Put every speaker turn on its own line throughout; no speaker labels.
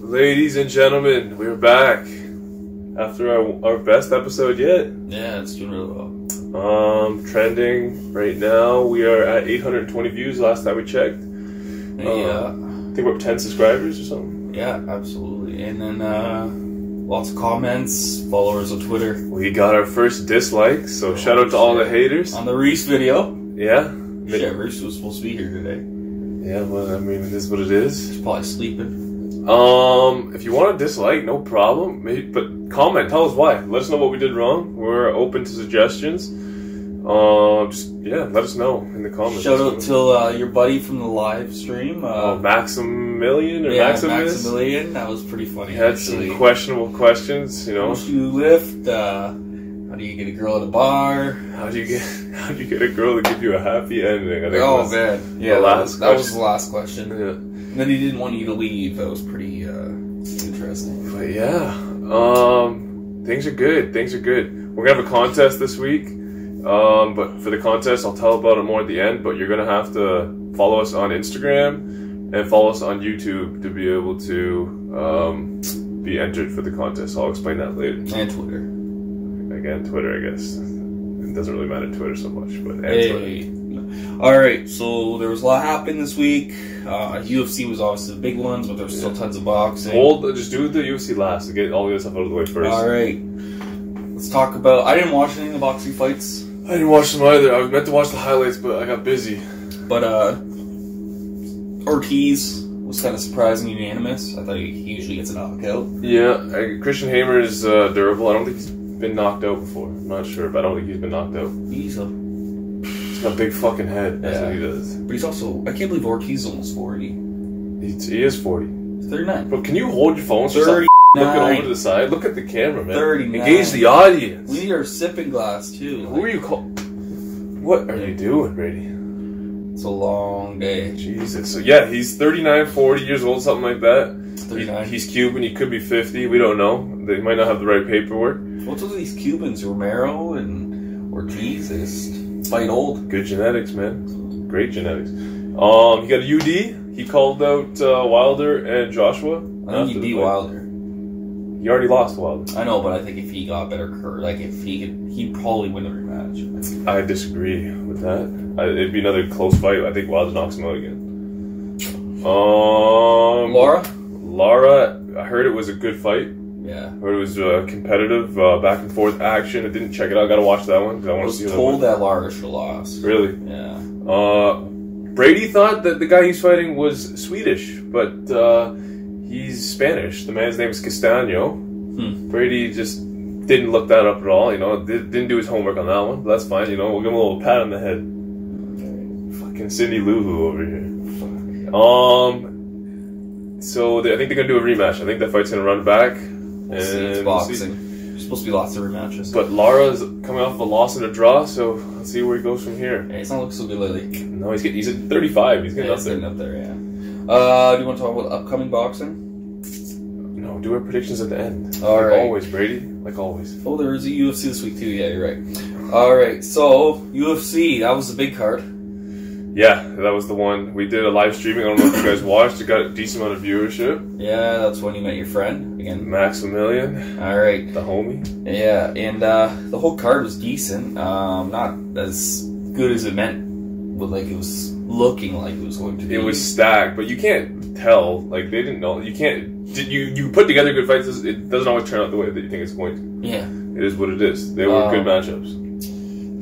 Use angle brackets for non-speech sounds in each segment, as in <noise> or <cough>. Ladies and gentlemen, we're back after our, our best episode yet.
Yeah, it's doing really well.
Um, trending right now. We are at 820 views. Last time we checked, Oh.
yeah,
I think we're up 10 subscribers or something.
uh, yeah, absolutely. And then uh, lots of comments, followers on Twitter.
We got our first dislike, so shout out to all the haters.
On the Reese video,
Yeah,
shit, Reese was supposed to be here today.
yeah. Well, I mean, it is what it is.
He's probably sleeping.
Um, if you want to dislike, no problem. Maybe, but comment. Tell us why. Let us know what we did wrong. We're open to suggestions. Um, just yeah, let us know in the comments.
Shout out to uh, your buddy from the live stream.
Oh,
Uh,
Maximilian or
yeah,
Maximus.
Maximilian. That was pretty funny.
He had
actually.
some questionable questions, you
How
know.
much do you lift? Uh, how do you get a girl at a bar?
How do you get <laughs> how do you get a girl to give you a happy ending? I think
Oh
that's-
man, yeah,
the
that,
last
was, that was
question.
the last question.
Yeah.
And then he didn't want you to leave. That was pretty uh, interesting.
But yeah, um, things are good. Things are good. We're gonna have a contest this week. Um, but for the contest, I'll tell about it more at the end. But you're gonna have to follow us on Instagram and follow us on YouTube to be able to um, be entered for the contest. I'll explain that later.
And Twitter.
Again, Twitter, I guess. It doesn't really matter Twitter so much, but and Twitter.
Hey. All right, so there was a lot happened this week. Uh, UFC was obviously the big ones, but there was still tons of boxing.
Hold, just do the UFC last to get all the other stuff out of the way first.
All right, let's talk about. I didn't watch any of the boxing fights,
I didn't watch them either. I meant to watch the highlights, but I got busy.
but uh, Ortiz was kind of surprising, unanimous. I thought he he usually gets a knockout.
Yeah, I, Christian Hamer is uh, durable. I don't think he's been knocked out before. I'm not sure, but I don't think he's been knocked out.
He's a,
He's got a big fucking head. That's what
Yeah.
he does.
but he's also. I can't believe Ortiz is almost forty.
He's, he is 40.
Thirty-nine.
But can you hold your phone? so
Thirty.
stop looking over to the side. Look at the camera, man.
39.
Engage the audience.
We need our sipping glass too.
Who are you call? What are you doing, Brady?
It's a long day.
Jesus. So yeah, he's 39, 40 years old, something like that. He,
Thirty-nine.
he's Cuban. He could be 50. We don't know. They might not have the right paperwork.
What's with these Cubans, Romero and Ortiz? They just fight old.
Good genetics, man. Great genetics. Um, he got a UD. He called out uh, Wilder and Joshua.
I think he'd be Wilder.
He already lost Wilder.
I know, but I think if he got better, cur- like if he could, he'd probably win the rematch.
I disagree with that. I, it'd be another close fight. I think Wilder knocks him out again. Um,
Laura?
Lara. I heard it was a good fight.
Yeah.
I heard it was uh, competitive, uh, back and forth action. I didn't check it out. Got to watch that one because I
I
want to
was
see
told
that.
that Laura should lost.
One. Really.
Yeah.
Uh, Brady thought that the guy he's fighting was Swedish, but uh, he's Spanish. The man's name is Castaño.
Hmm.
Brady just didn't look that up at all. You know, did, didn't do his homework on that one. But that's fine. You know, we'll give him a little pat on the head. Fucking Cindy Lou Who over here. Um, so they, I think they're gonna do a rematch. I think that fight's gonna run back.
We'll see.
and we'll see.
It's boxing. There's supposed to be lots of rematches.
But Lara's coming off a loss and a draw, so let's see where he goes from here.
Hey, it's not looking so good lately.
No, he's getting, he's at 35. He's getting
Yeah,
up
it's
there.
getting up there, yeah. Uh, do you want to talk about upcoming boxing?
No, do our predictions at the end.
All
like
right.
always, Brady. Like always.
Oh, there is a UFC this week too. Yeah, you're right. All right, so UFC that was the big card.
Yeah, that was the one. We did a live streaming. I don't know if you guys watched. It got a decent amount of viewership.
Yeah, that's when you met your friend again.
Maximilian,
All right.
the homie.
Yeah, and uh, the whole card was decent. Um, not as good as it meant, but like it was looking like it was going to be.
It was stacked, but you can't tell. Like they didn't know. You can't. Did you you put together good fights? It doesn't always turn out the way that you think it's going
yeah.
to. It is what it is. They were good
Um,
matchups.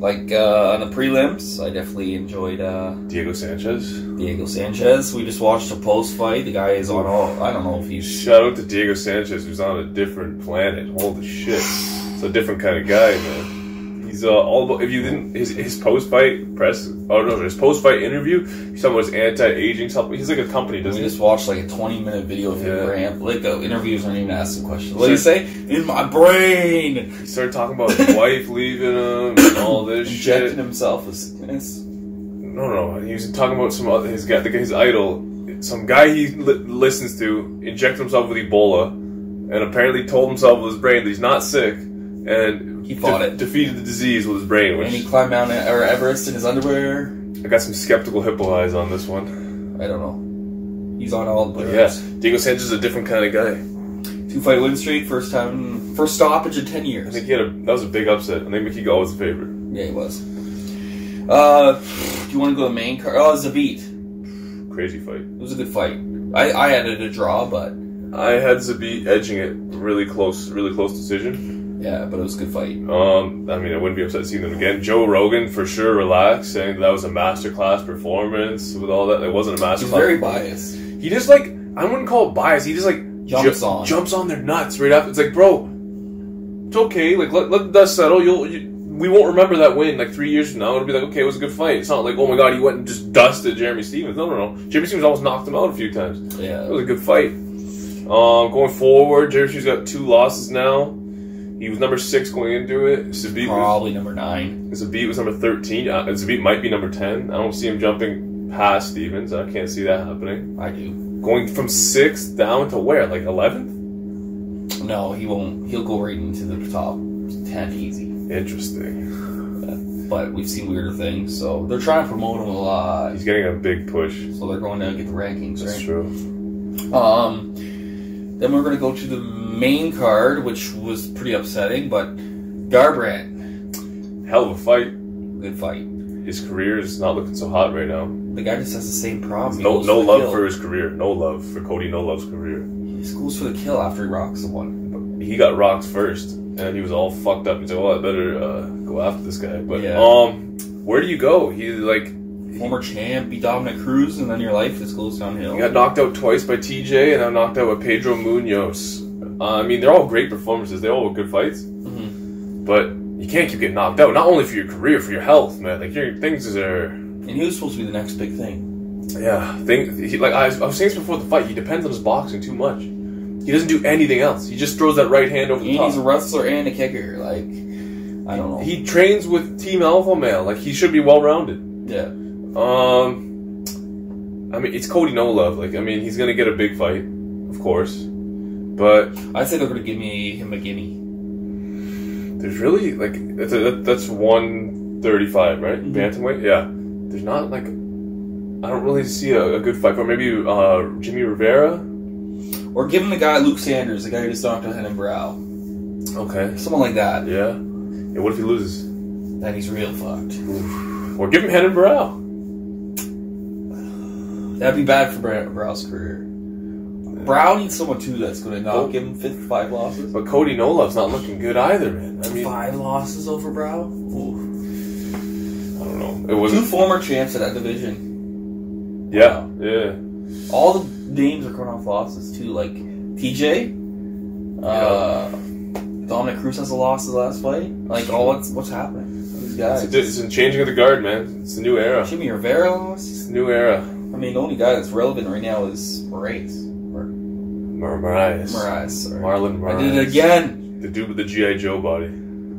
Like uh, on the prelims, I definitely enjoyed uh,
Diego Sanchez.
Diego Sanchez. We just watched a post fight. The guy is on all. I don't know if he's.
Shout out to Diego Sanchez, who's on a different planet. Holy shit, it's a different kind of guy, man. He's uh, all about. If you didn't, his, his post fight press. Oh no, his post fight interview. He's talking about his anti aging something. He's like a company,
We
doesn't he?
just watched like a 20 minute video of him
Yeah.
ramp. Like the interviews aren't even asking questions. What do you say? In my brain!
He started talking about his wife leaving him and all this
Injecting
shit.
himself with sickness.
No, no, he was talking about some other his guy, the, his idol, some guy he li- listens to, injected himself with Ebola, and apparently told himself with his brain that he's not sick, and
He fought it.
defeated the disease with his brain, which
And he climbed Mount E- or Everest in his underwear.
I got some skeptical hippo eyes on this one.
I don't know. He's on all the
But
cards.
yeah, Diego Sanchez is a different kind of guy.
Two fight win streak, first time, first stoppage in ten
I
years.
think he had a that was a big upset. I think Mickey Gall was the favorite.
Yeah, he was. Uh, do you want to go to the main card? Oh, Zabit.
Crazy fight.
It was a good fight. I, I had it a draw, but
I had Zabit edging it really close, really close decision.
yeah, but it was a good fight.
Um, I mean, I wouldn't be upset seeing them again. Joe Rogan for sure relaxed, saying that, that was a masterclass performance with all that. It wasn't a
He's
masterclass.
very biased.
he just like I wouldn't call it bias. He just like
Jumps
ju-
on.
jumps on their nuts right after. It's like, bro, it's okay. Like let, let the dust settle. You'll you, we won't remember that win like three years from now. It'll be like, okay, it was a good fight. It's not like, oh my god, he went and just dusted Jeremy Stevens. No, no, no. Jeremy Stevens almost knocked him out a few times. That
Yeah.
was a good fight. Um, going forward, Jeremy's got two losses now. He was number six going into it. Zabit was,
Probably number nine.
Zabit was number 13. Uh, Zabit might be number 10. I don't see him jumping past Stevens. I can't see that happening.
I do.
Going from sixth down to where? Like 11th?
No, he won't. He'll go right into the top ten easy.
Interesting.
But we've seen weirder things, so they're trying to promote him a lot.
He's getting a big push.
So they're going to get the rankings,
That's
right?
true.
Um, then we're going to go to the main card, which was pretty upsetting, but Garbrandt,
Hell of a fight.
good fight.
His career is not looking so hot right now.
The guy just has the same problem. He
No,
goes
no
for the
love
kill.
for his career. No love for Cody. No love's career.
He goes for the kill after he rocks the one.
he got rocked first, and he was all fucked up. He's like, "Well, I better uh, go after this guy." But
Yeah.
um, where do you go? He like
Former champ, beat Dominic Cruz, and then your life just goes downhill.
he got knocked out twice by TJ, and now knocked out by Pedro Munoz. Uh, I mean, they're all great performances. They all were good fights,
Mhm.
but you can't keep getting knocked out. Not only for your career, for your health, man. Like your things are,
And he was supposed to be the next big thing.
yeah. Thing he, like I was, I was saying this before the fight. He depends on his boxing too much. He doesn't do anything else. He just throws that right hand over the
And
top.
he's a wrestler and a kicker. Like, I don't know.
he trains with Team Alpha Male. Like he should be well rounded.
yeah.
Um, I mean, it's Cody No Love. Like, I mean, he's gonna get a big fight, of course. But
I'd say they're going to give me him a gimme.
there's really like that's that- that's one thirty-five, right?
Mhm.
Bantamweight. Yeah. There's not like I don't really see a, a good fight, but maybe uh, Jimmy Rivera.
Or give him the guy, Luke Sanders, the guy who just knocked out Henan Brow.
Okay.
Someone like that.
Yeah. And what if he loses?
Then he's real fucked.
Or give him Henan Burrell.
That'd be bad for Brown, Brow's career. Brow needs someone too that's going to knock give him fifth, five losses.
But Cody No Love's not looking good either, man. I mean, I
Five losses over Brow. Ooh.
don't know. It
Two
wasn't.
former champs of that division.
Yeah. Yeah.
All the names are coming off losses too. Like TJ, uh, Dominic Cruz has a loss his last fight. Like all what's what's happening? These
It's,
guys.
a, it's a changing of the guard, man. It's a new era.
Jimmy Rivera lost.
It's a new era.
I mean, the only guy that's relevant right now is Moraes. Or
Mar- Marias.
Moraes. Sorry.
Marlon
I
Moraes.
did it again.
The dude with the G.I. Joe body.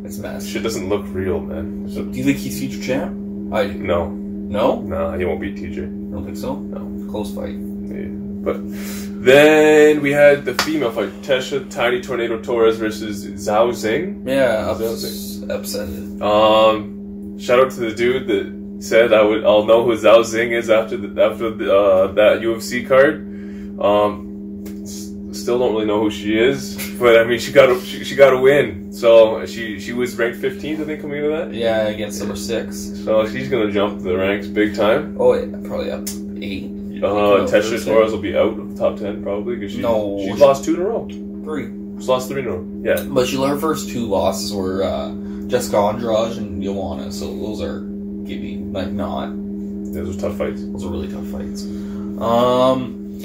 It's a mess.
Shit doesn't look real, man. It's a-
Do you think he's future champ? I do.
no,
No,
nah, he won't beat TJ.
I don't think so.
No.
Close fight.
Yeah. But then we had the female fight Tesha Tiny Tornado Torres versus Zhao Zing.
Yeah,
Is
ups- upset it.
Um, shout out to the dude that said I would I'll know who Zhao Zing is after the, after the, uh, that UFC card. Um, s- still don't really know who she is, but I mean she got a, she, she got a win. So she she was ranked 15th I think coming into that.
Yeah, against number six.
So she's gonna jump the ranks big time.
Oh, yeah, probably up eight,
Uh,
No,
Tesha
Thursday.
Torres will be out of the top ten probably because she
No.
she's lost two in a row.
three.
She's lost three in a row. Yeah,
But she her first two losses were uh, Jessica Andrade and Joanna, so those are giving like not.
those are tough fights.
Those are really tough fights. Um,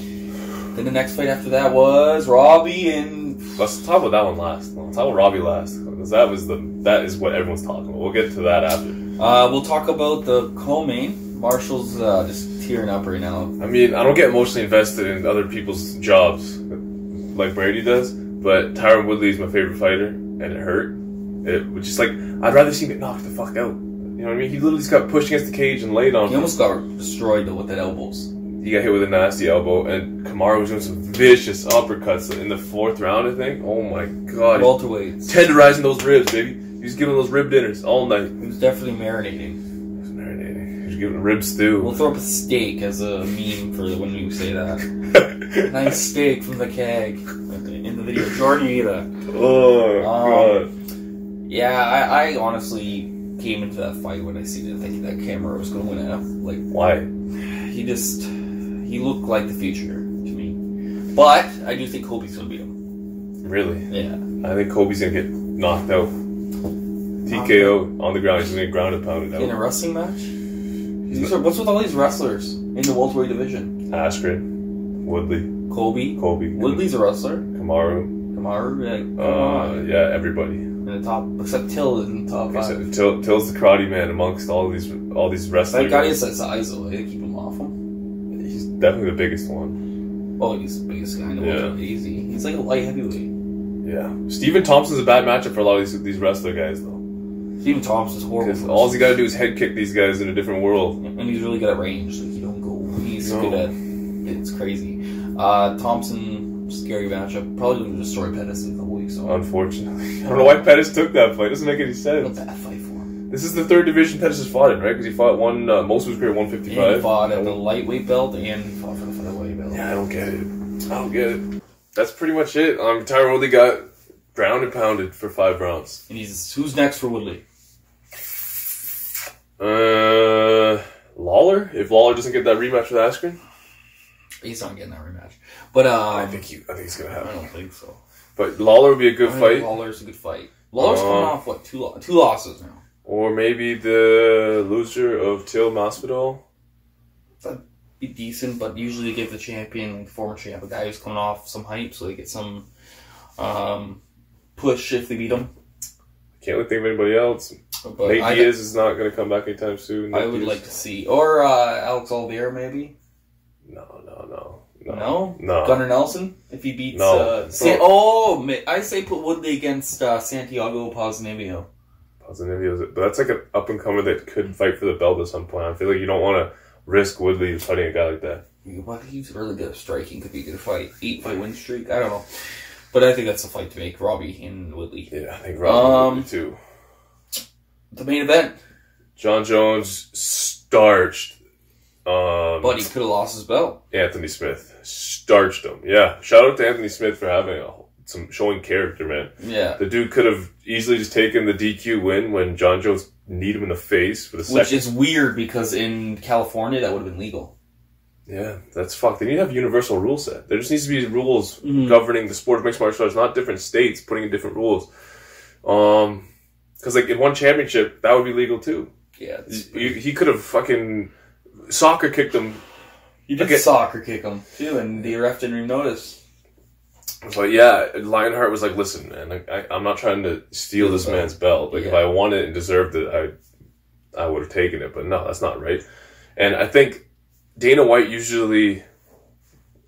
then the next fight after that was Robbie and
Let's talk about that one last. Let's talk about Robbie last because that was the that is what everyone's talking about. We'll get to that after.
uh, we'll talk about the co-main. Marshall's uh, just tearing up right now.
I mean, I don't get emotionally invested in other people's jobs like Brady does, but Tyron Woodley is my favorite fighter, and it hurt. It was just like I'd rather see him get knocked the fuck out. You know what I mean? He literally just got pushed against the cage and laid on.
He almost got destroyed though with that elbows.
He got hit with a nasty elbow, and Kamara was doing some vicious uppercuts in the fourth round, I think. Oh my god.
Welterweights.
Tenderizing those ribs, baby. He was giving those rib dinners all night.
He was definitely marinating.
He was marinating. He was giving Give it a rib stew.
We'll throw up a steak as a meme for when we say that.
<laughs>
nice steak from the keg. In the video, Jordan, you eat that.
oh god.
Yeah, I, I honestly came into that fight when I seen it thinking that Camaro was going to win it. Like
Why?
he just he looked like the future to me. But I do think Kobe's gonna beat him.
Really?
Yeah.
I think Kobe's gonna get knocked out. TKO on the ground. He's gonna get grounded pounded
In a
out.
wrestling match? These are- what's with all these wrestlers in the welterweight division?
Askren, Woodley,
Kobe.
Kobe,
Woodley's a wrestler.
Kamaru.
Kamaru, yeah, come
Uh,
on.
yeah, everybody.
In the top except Till is in the top five.
Except Till, Till's the karate man amongst all these all these
That
wrestlers.
guy is his eyes away, keep him off him.
He's definitely the biggest one.
Oh, he's the biggest guy in the
Yeah.
world. Easy. He's like a light heavyweight.
Yeah. Steven Thompson's a bad matchup for a lot of these these wrestler guys though.
Steven Thompson's
Because
horrible.
all you gotta do is head kick these guys in a different world.
and he's really good at range. Like you don't go. He's
No.
good at. It's crazy. Uh, Thompson, scary matchup. Probably going to destroy Pettis in a couple weeks. So
Unfortunately, <laughs> I don't know why Pettis took that fight. It doesn't make any
what's
sense.
that fight for? him.
This is the third division Pettis has fought in, right? Because he fought one uh, most of his career at
And
155.
he fought at the lightweight belt and he fought for the featherweight belt.
Yeah, I don't get it. I don't get it. That's pretty much it. Um, Tyron Woodley got ground and pounded for five rounds.
And he's who's next for Woodley?
Uh, Lawler. If Lawler doesn't get that rematch with Askren,
He's not getting that rematch. But uh,
I
I,
think he, I think it's gonna happen.
don't think so.
But Lawler would be a good
I
fight,
think Lawler's a good fight. Lawler's
Uh,
coming off what two lo- two losses now.
or maybe the loser of Till Masvidal.
Be decent, but usually they give the champion, like, former champ, a guy who's coming off some hype, so they get some um, push if they beat him.
Can't really think of anybody else.
But
Nate
I,
Diaz is not gonna come back anytime soon.
I
Nate
would
Diaz-
like to see. Or uh, Alex Oliveira, maybe.
No, no, no, no,
No?
no.
Gunnar Nelson, if he beats.
No.
Uh, Sa- oh, ma- I say put Woodley against uh, Santiago Posnavio.
Positivity, but that's like an up and comer that could fight for the belt at some point. I feel like you don't want to risk Woodley fighting a guy like that.
But he's really good at striking. Could be a good fight. Eight fight win streak. I don't know. But I think that's a fight to make. Robbie and Woodley.
Yeah, I think Rob
Um,
Woodley too.
The main event.
John Jones starched um,
But he could have lost his belt.
Anthony Smith. Starched him. Yeah, shout out to Anthony Smith for having a, some showing character, man.
Yeah.
The dude could have easily just taken the DQ win when John Jones kneed him in the face for the
Which
second.
is weird because in California that would have been legal.
yeah, that's fucked. They need to have a universal rule set. There just needs to be rules
Mhm.
governing the sport of mixed martial arts, not different states putting in different rules. Um, because like in one championship, that would be legal too.
Yeah. it's-
He, he could have fucking soccer kicked him,
You did
Okay.
soccer kick him too, and the ref didn't even notice.
but yeah, Lionheart was like, "Listen, man, like, I, I'm not trying to steal this man's belt. Like, if
Yeah.
I wanted it and deserved it, I, I would have taken it. But no, that's not right. And I think Dana White usually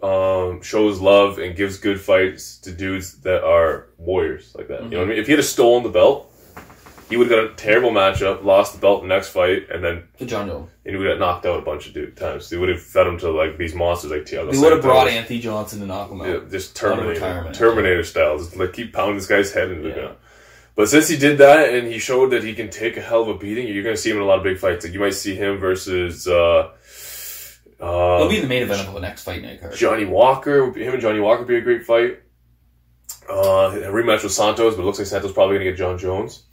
um, shows love and gives good fights to dudes that are warriors like that. You
Mm-hmm.
know what I mean? If he had stolen the belt, he would have got a terrible matchup, lost the belt the next fight, and then
To John Jones.
and he would have knocked out a bunch of dude times. They would have fed him to like these monsters like Tiago.
They would have
Santos.
brought Anthony Johnson to knock him out.
Yeah, just
Out of
Terminator,
retirement.
Terminator style. Just like keep pounding this guy's head into the
Yeah.
ground. But since he did that and he showed that he can take a hell of a beating, you're going to see him in a lot of big fights. Like you might see him versus uh,
It'll
uh,
be the main event of the next fight night card.
Johnny Walker. Him and Johnny Walker would be a great fight. Uh, a rematch with Santos, but it looks like Santos probably going to get John Jones.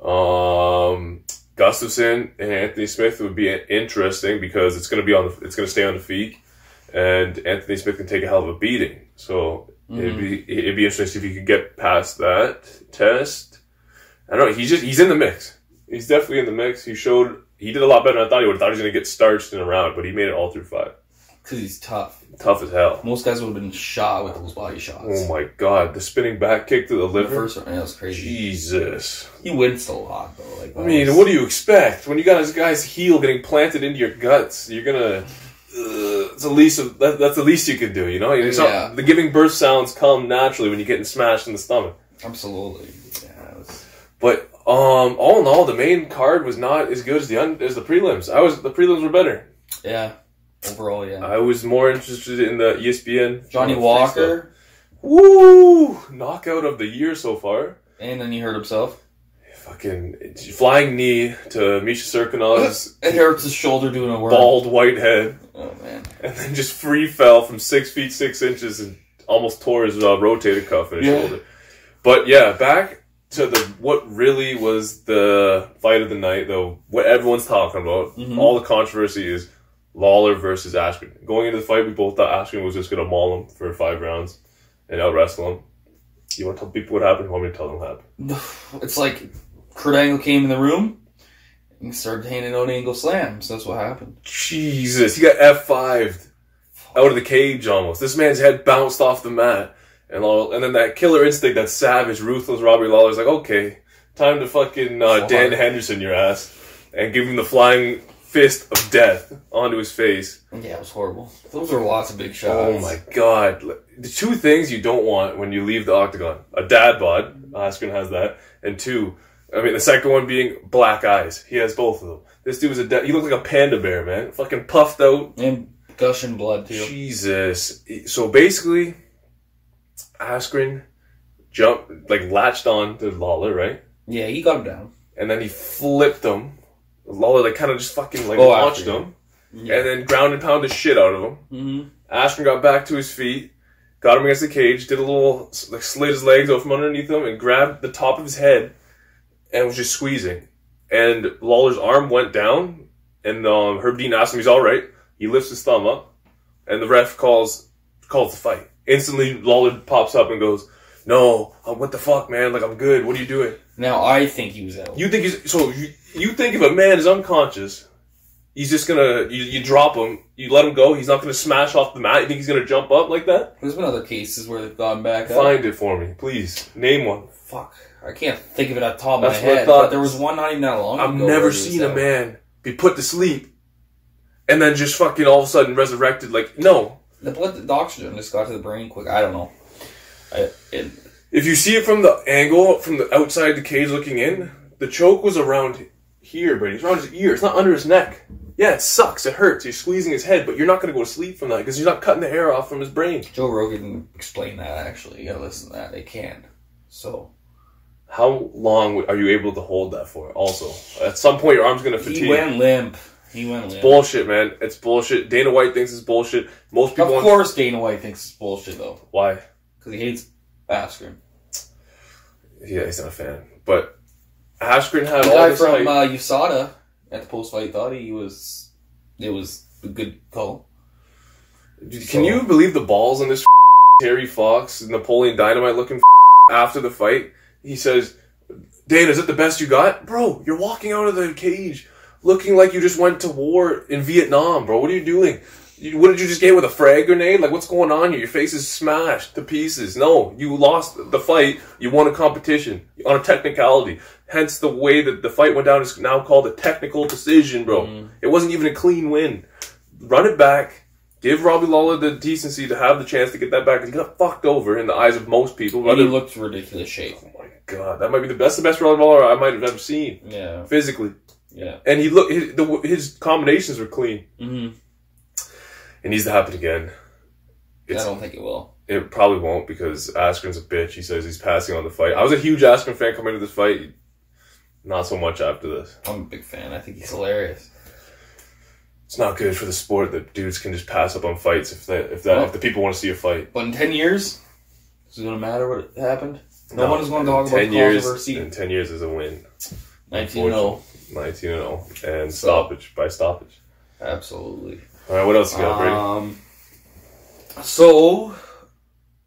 Um, Gustafson and Anthony Smith would be interesting because it's going to be on. The, it's going to stay on the feet, and Anthony Smith can take a hell of a beating. So it'd be it'd be interesting if he could get past that test. I don't know. He's just he's in the mix. He's definitely in the mix. He showed he did a lot better than I thought he would. I thought he was going to get starched in a round, but he made it all through five.
Because he's tough.
Tough as hell.
Most guys would have been shot with those body shots.
Oh my god, the spinning back kick to the
the
liver.
first round, that was crazy.
Jesus.
He winced a lot, though. Like,
I mean, what do you expect when you got this guy's heel getting planted into your guts? You're gonna. Uh, it's the least of that, that's the least you can do, you know. It's not-
Yeah.
the giving birth sounds come naturally when you're getting smashed in the stomach.
Absolutely. Yeah, it was,
But um, all in all, the main card was not as good as the un- as the prelims. I was the prelims were better.
yeah. Overall, yeah.
I was more interested in the E ESPN
Johnny
uh,
Walker,
freestyle. Woo! Knockout of the year so far.
and then he hurt himself.
fucking flying knee to Misha
<gasps>
Serkinov's
And hurts his shoulder doing a work.
bald white head,
Oh man.
and then just free fell from six feet six inches and almost tore his uh, rotator cuff in his
Yeah.
shoulder. But yeah, back to the what really was the fight of the night, though. What everyone's talking about,
Mhm.
all the controversy is Lawler versus Ashman. Going into the fight, we both thought Ashman was just gonna maul him for five rounds and out wrestle him. You want to tell people what happened? You want me to tell them what happened?
<sighs> It's like Kurt Angle came in the room and started handing out angle slams. That's what happened.
Jesus, he got F5'd out of the cage almost. This man's head bounced off the mat. And all, and then that killer instinct, that savage, ruthless Robbie Lawler's like, okay, time to fucking uh,
Fuck.
Dan Henderson your ass and give him the flying fist of death onto his face.
Yeah, it was horrible. Those are lots of big shots.
Oh my god. The two things you don't want when you leave the octagon a dad bod, Askren has that, and two, I mean, the second one being black eyes. He has both of them. This dude was a da- he looked like a panda bear, man. Fucking puffed out,
And gushing blood too.
Jesus. So basically, Askren jumped, like latched on to Lawler, right?
Yeah, he got him down.
And then he flipped him. Lawler, like, kind of just fucking, like,
Oh,
launched
after, yeah.
him. And then ground and pounded shit out of him.
Mm-hmm.
Askren got back to his feet, got him against the cage, did a little, like, slid his legs out from underneath him and grabbed the top of his head and was just squeezing. And Lawler's arm went down, and um, Herb Dean asked him he's all right. He lifts his thumb up, and the ref calls calls the fight. Instantly, Lawler pops up and goes, "No, uh, what the fuck, man? Like I'm good. What are you doing?"
Now I think he was out.
You think he's so? You, you think if a man is unconscious, he's just gonna you, you drop him, you let him go. He's not gonna smash off the mat. You think he's gonna jump up like that?
There's been other cases where they've gone back. up.
Find it for me, please. Name one.
Fuck. I can't think of it off the top of
That's
my
what I
head.
thought.
But there was one not even that long
I've
ago. where
never
he was
seen a
out.
man be put to sleep and then just fucking all of a sudden resurrected. Like no.
The blood, the oxygen just got to the brain quick. I don't know. I, it,
If you see it from the angle from the outside the cage looking in, the choke was around here, but it's around his ear. It's not under his neck. Yeah, it sucks. It hurts. You're squeezing his head, but you're not gonna go to sleep from that because you're not cutting the hair off from his brain.
Joe Rogan explained that actually. You gotta listen to that. They can. So
How long would- are you able to hold that for? Also, at some point, your arm's gonna
he
fatigue.
went limp. He went limp.
Bullshit, man. It's bullshit. Dana White thinks it's bullshit. Most
of
people. want-
course, Dana White thinks it's bullshit though,
Why?
because he hates Askren.
Yeah, he's not a fan. But Ashgren had
The
all
guy
this
from
hype.
uh, USADA at the post fight thought he was. It was a good call.
Dude, Can you believe the balls on this <laughs> Terry Fox, Napoleon Dynamite looking <laughs> after the fight? He says, Dana, is it the best you got? Bro, you're walking out of the cage looking like you just went to war in Vietnam, bro. What are you doing? You, what did you just get with a frag grenade? Like, what's going on here? Your face is smashed to pieces. No, you lost the fight. You won a competition on a technicality. Hence, the way that the fight went down is now called a technical decision, bro. It wasn't even a clean win run it back. Give Robbie Lawler the decency to have the chance to get that back. 'cause He got fucked over in the eyes of most people.
But he
Rather, oh
looked ridiculous shape.
God, that might be the best, the best Robbie Lawler I might have ever seen
Yeah,
physically.
yeah.
And he looked his, the, his combinations were clean.
hmm
It needs to happen again.
I
It's-
don't think it will.
It probably won't because Askren's a bitch. He says he's passing on the fight. I was a huge Askren fan coming into this fight. Not so much after this.
I'm a big fan. I think he's hilarious.
It's not good for the sport that dudes can just pass up on fights if that if that if the people want to see a fight.
But in ten years, is it gonna matter what happened? No, one is gonna
in
talk about the
years,
controversy.
In ten years is a win.
Nineteen oh. zero.
Nineteen and zero, and stoppage by stoppage.
Absolutely.
All right, what else you got, Brady?
Um, so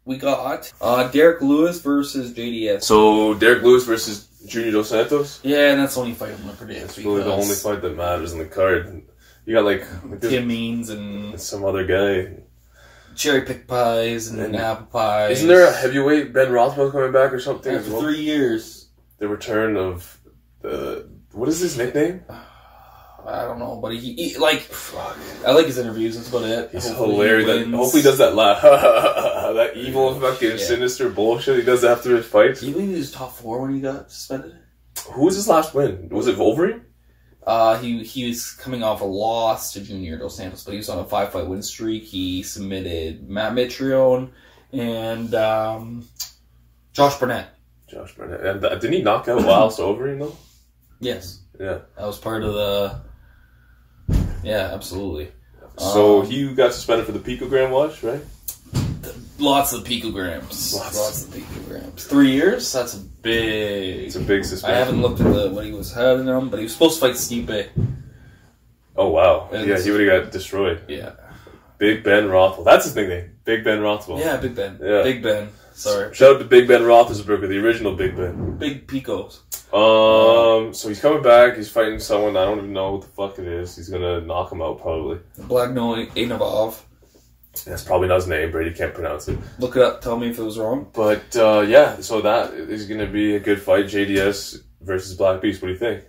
we got uh, Derek Lewis versus JDS.
so Derek Lewis versus Junior Dos Santos.
Yeah, and that's the only fight I'm gonna predict
It's really the only
because
fight that matters in the card. You got like, like this,
Tim Means and
some other guy.
cherry pick pies and,
And-
apple pies.
Isn't there a heavyweight Ben Rothwell coming back or something as
after
well?
three years?
The return of the what is his nickname?
I don't know, but he, he like I like his interviews. That's about it.
He's
Hopefully he
hilarious. That,
wins.
hopefully, he does that laugh, <laughs> that evil
Yeah.
fucking sinister bullshit he does after his fights.
Do you believe he was top four when he got suspended?
Who was his last win? Was it Wolverine?
Uh, he he was coming off a loss to Junior Dos Santos, but he was on a five fight win streak. He submitted Matt Mitrione and um, Josh Burnett.
Josh Barnett. And th- didn't he knock <laughs> out Wiles over, you know?
Yes.
Yeah.
That was part of the. Yeah, absolutely.
So
Um,
he got suspended for the picogram watch, right?
Lots of picograms.
Lots.
Lots, of picograms. Three years? That's a big.
It's a big
I
suspension.
haven't looked at the, what he was having on, but he was supposed to fight Stipe.
Oh wow!
And-
yeah, he would have got destroyed.
Yeah.
Big Ben Rothwell. That's his nickname. Big Ben Rothwell.
Yeah, Big Ben.
Yeah.
Big Ben. Sorry.
Shout out to Big Ben Roethlisberger, the original Big Ben.
Big Picos.
Um, so he's coming back. He's fighting someone I don't even know what the fuck it is. He's gonna knock him out probably.
Black Noy, Ainavov.
That's probably not his name. Brady can't pronounce it.
Look it up. Tell me if it was wrong.
But uh, yeah, so that is gonna be a good fight. JDS versus Black Beast. What do you think?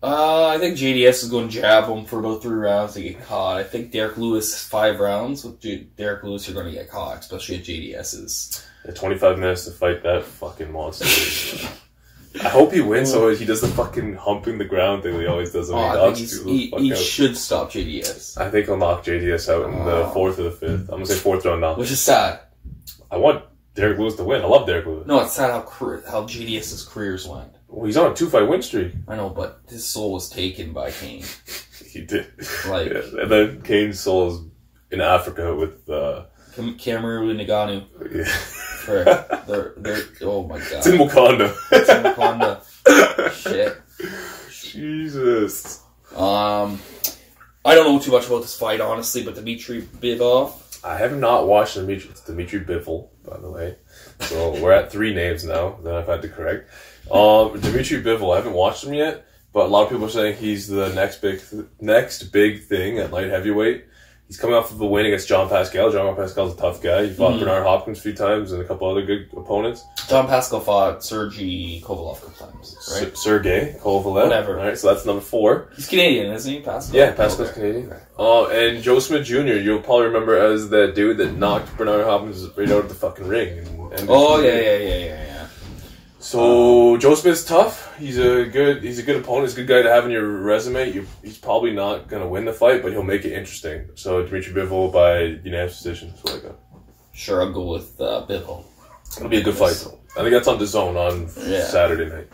Uh, I think JDS is going to jab him for about three rounds to get caught. I think Derek Lewis, five rounds. With J- Derek Lewis, you're going to get caught, especially at JDS's.
Yeah, 25 minutes to fight that fucking monster.
<laughs>
I hope he wins so he does the fucking humping the ground thing that he always does.
Oh,
when he
I think
knocks
he's,
people the
he,
fuck
he
out.
should stop JDS.
I think I'll knock JDS out in the
Oh.
fourth or the fifth. I'm gonna say fourth round knock.
Which is sad.
I want Derek Lewis to win. I love Derek Lewis.
No, it's sad how career, how GDS's careers went.
Well, he's on a two fight win streak. <laughs>
I know, but his soul was taken by Kane.
He did.
Like-
Yeah, and then Kane souls in Africa with uh, <laughs>
Cam- Cameroon Naganu.
yeah. <laughs>
Or they're, they're, oh my god.
it's in Wakanda. <laughs>
It's in Wakanda. Shit.
Jesus.
Um, I don't know too much about this fight, honestly, but Dmitry Bivov.
I have not watched Dimitri, Dimitri Biffle, by the way. So we're at three names now that I've had to correct. Um, Dimitri Biffle, I haven't watched him yet, but a lot of people are saying he's the next big next big thing at light heavyweight. He's coming off of a win against John Pascal. John Pascal's a tough guy. He
Hmm.
fought Bernard Hopkins a few times and a couple other good opponents.
John Pascal fought Sergey Kovalov a couple times, right?
S- Sergey Kovalev.
Whatever.
All right, so that's number four.
He's Canadian, isn't he, Pascal?
Yeah, Pascal's
Okay.
Canadian. Oh, and Joe Smith Jr. You'll probably remember as that dude that knocked Bernard Hopkins right out of the fucking ring. And, and
Oh, yeah, yeah, yeah, yeah, yeah.
So Joe Smith's tough. He's a good. He's a good opponent. He's a good guy to have in your resume. You, he's probably not gonna win the fight, but he'll make it interesting. So Dimitri Bivol by unanimous decision. So like, uh,
Sure, I'll go with uh, Bivol.
it'll be a good fight. I think that's on the zone on
Yeah.
Saturday night.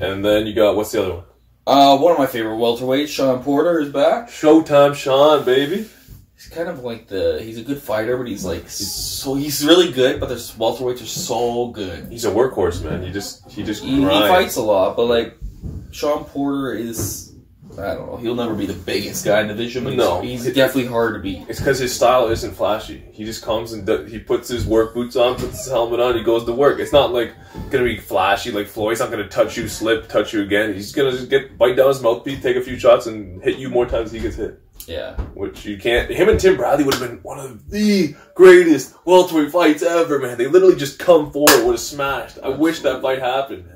And then you got what's the other one?
Uh, one of my favorite welterweights, Sean Porter, is back.
Showtime, Sean, baby.
He's kind of like the he's a good fighter, but he's like so he's really good, but there's welterweights are so good.
He's a workhorse, man. He just he just
He, he
grinds.
fights a lot, but like Sean Porter is I don't know, he'll never be the biggest guy in the division, but
No.
he's, he's definitely hard to beat.
It's because his style isn't flashy. He just comes and do- he puts his work boots on, puts his helmet on, he goes to work. It's not like gonna be flashy like Floyd. He's not gonna touch you, slip, touch you again. He's gonna just get bite down his mouthpiece, take a few shots, and hit you more times than he gets hit.
Yeah.
Which you can't. Him and Tim Bradley would have been one of the greatest welterweight fights ever, man. They literally just come forward, would have smashed. I wish that fight happened, man.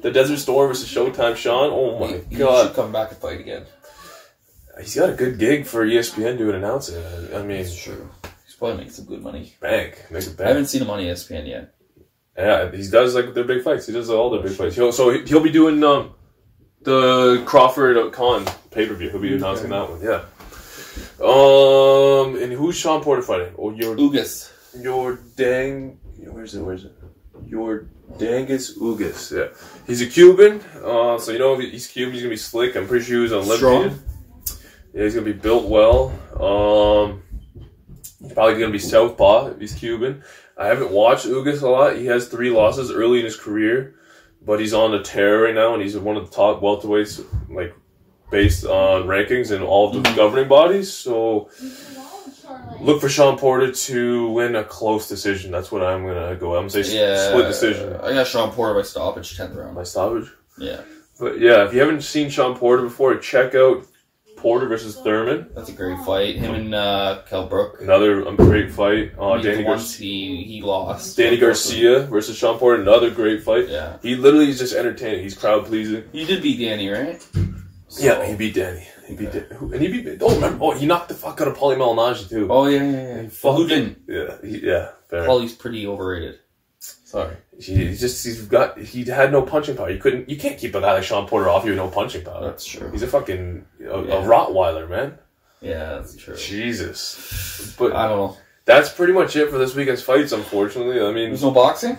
The Desert Storm versus Showtime Sean. Oh my
He- he,
god,
should come back and fight again.
he's got a good gig for E ESPN to announce it. I mean,
It's true. He's probably making some good money.
bank, make it
I
bank.
haven't seen him on E ESPN yet.
Yeah, he does like their big fights. He does all their big fights. He'll, so he- he'll be doing um, the Crawford Con pay per view. He'll be announcing that one. Yeah. Um, and who's Sean Porter fighting? Oh, your
Ugas.
your dang. Where's it? Where's it? Your Dangus Ugas. Yeah, he's a Cuban. Uh, so you know if he's Cuban. He's gonna be slick. I'm pretty sure he's on
Strong.
Yeah, he's gonna be built well. Um, he's probably gonna be southpaw if he's Cuban. I haven't watched Ugas a lot. He has three losses early in his career, but he's on a tear right now, and he's one of the top welterweights, like based on rankings in all of the governing bodies. So look for Sean Porter to win a close decision. That's what I'm gonna go. I'm gonna say
Yeah.
split decision.
I got Sean Porter by stoppage tenth round.
My stoppage.
Yeah.
But yeah, if you haven't seen Sean Porter before, check out Porter versus Thurman.
That's a great fight. Him and uh Kel Brook.
Another um, great fight. Uh,
I mean,
Danny,
the
Gar-
ones he, he lost.
Danny Garcia versus Sean Porter. Another great fight.
Yeah.
He literally is just entertaining. He's crowd pleasing.
You did beat Danny, right?
Yeah, he beat Danny. He beat Dan- who and he beat. Oh, remember? Oh, he knocked the fuck out of Paulie Malignaggi too.
Oh yeah, yeah, yeah.
Fuck.
Who didn't?
Yeah, he, yeah, fair.
Paulie's pretty overrated. Sorry.
He, he's just he's got he had no punching power. You couldn't you can't keep a guy like Sean Porter off you with no punching power.
Oh, That's true.
He's a fucking a, a
Yeah.
Rottweiler, man.
Yeah, that's true.
Jesus.
I
But
don't know.
that's pretty much it for this weekend's fights. Unfortunately, I mean,
There's no boxing?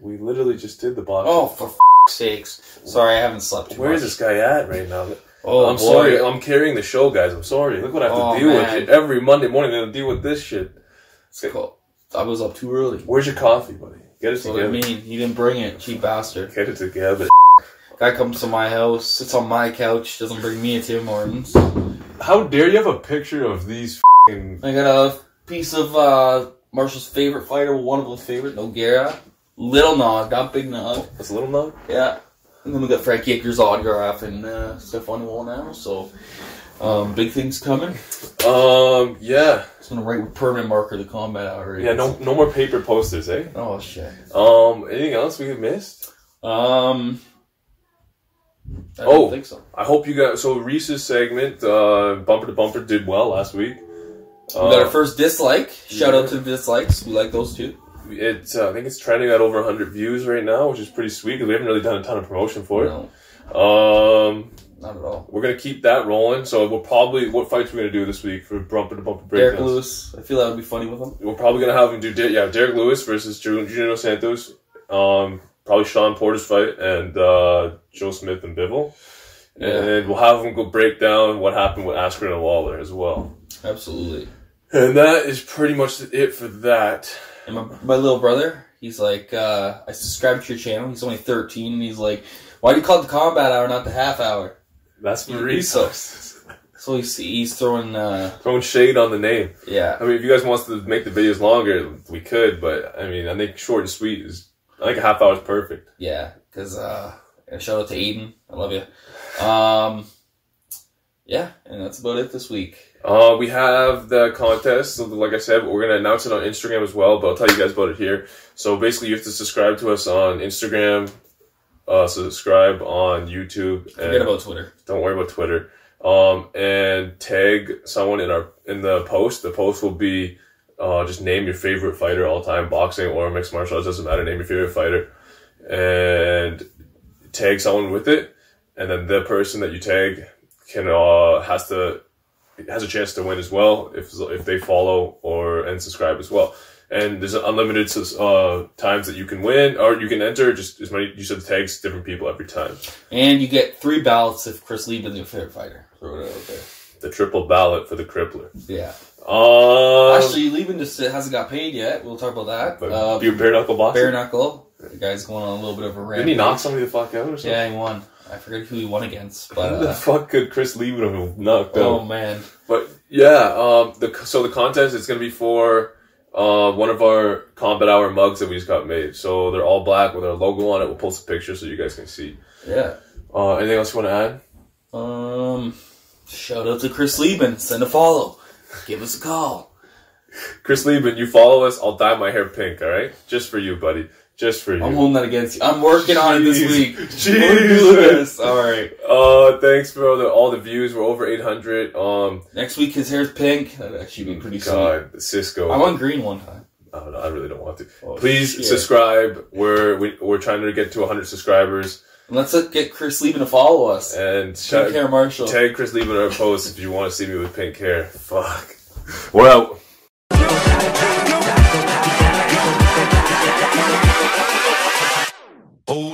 We literally just did the bottom.
Oh, for f- sakes. Sorry, I haven't slept too
Where
much.
is this guy at right now?
Oh,
I'm
boy.
sorry. I'm carrying the show, guys. I'm sorry. Look what I have
Oh,
to deal
man.
with every Monday morning. I have to deal with this shit.
It's cool. I was up too early.
Where's your coffee, buddy? Get it
That's what I
together.
mean. You didn't bring it, cheap bastard.
Get it together.
Guy comes to my house, sits on my couch, doesn't bring me a Tim Hortons.
How dare you have a picture of these fing
I got a piece of uh, Marshall's favorite fighter, one of his favorite, Noguera. Little Nog, not Big Nog.
That's a little nug.
Yeah. And then we got Frankie Edgar's autograph and uh, stuff on the wall now. So, um, big things coming.
Um, yeah,
Just gonna write with permanent marker the combat hour.
yeah. No, no more paper posters, eh?
Oh shit.
Um, anything else we missed?
Um. I don't
Oh.
think so.
I hope you got so Reese's segment, uh, bumper to bumper, did well last week.
we got
Uh,
our first dislike. Shout out to the dislikes. We like those too.
it's uh, I think it's trending at over 100 views right now, which is pretty sweet because we haven't really done a ton of promotion for it.
No,
Um,
not at all.
we're gonna keep that rolling. So we'll probably what fights we're gonna do this week for bumper to bumper
Derek
breakdowns.
Lewis. I feel that would be funny with him.
We're probably gonna have him do Der- yeah Derek Lewis versus Ju- Junior Santos. Um, probably Sean Porter's fight and uh, Joe Smith and Bivol. And we'll have him go break down what happened with Askren and Lawler as well.
Absolutely.
And that is pretty much it for that.
And my, my little brother, he's like, uh, I subscribed to your channel. He's only 13, and he's like, why do you call it the combat hour, not the half hour?
That's for
Yeah.
resources.
So he's, he's throwing, uh,
Throwing shade on the name.
yeah.
I mean, if you guys want us to make the videos longer, we could, but I mean, I think short and sweet is, I think a half hour is perfect.
Yeah, because uh, and shout out to Aiden. I love you. Um, yeah, and that's about it this week.
Uh, we have the contest. So, like I said, we're going to announce it on Instagram as well, but I'll tell you guys about it here. So, basically, you have to subscribe to us on Instagram, uh, subscribe on YouTube,
Forget
and
about Twitter.
don't worry about Twitter. Um, and tag someone in our in the post. The post will be uh, just name your favorite fighter all time, boxing or mixed martial arts doesn't matter. Name your favorite fighter, and tag someone with it, and then the person that you tag can uh, has to has a chance to win as well if if they follow or and subscribe as well. And there's unlimited uh, times that you can win or you can enter. Just as many you said tags different people every time.
And you get three ballots if Chris Lee doesn't get fair fighter. Throw it out there.
The triple ballot for the crippler.
Yeah.
Um,
Actually, Levin just hasn't got paid yet. We'll talk about that.
but
Uh,
your bare knuckle boxing.
bare knuckle. The guy's going on a little bit of a rant.
Didn't he knock somebody the fuck out or something?
Yeah, he won. I forget who he won against, but
How the
uh,
fuck could Chris Lee would have knocked out?
oh man,
Um, But yeah, um, the so the contest is gonna be for uh, one of our combat hour mugs that we just got made. So they're all black with our logo on it. We'll post a picture so you guys can see.
yeah.
Uh, anything else you want to add?
Um, shout out to Chris Lieben. Send a follow. Give us a call.
Chris Lee, when you follow us, I'll dye my hair pink. All right, just for you, buddy. Just for you.
I'm holding that against you. I'm working on it this
Jeez. <laughs>
week.
Jeez.
We're doing this. All right.
uh, thanks for all the, all the views. We're over 800. Um,
Next week his hair's pink. That'd actually be pretty sweet.
God, Cisco.
I won green one time.
Oh, no, I really don't want to.
Oh,
Please
shit.
subscribe. We're we, we're trying to get to 100 subscribers
And let's uh, get Chris Lieben to follow us.
and
Take care,
sh-
Marshall.
tag Chris Lee in our post if you want to see me with pink hair. Fuck. We're out.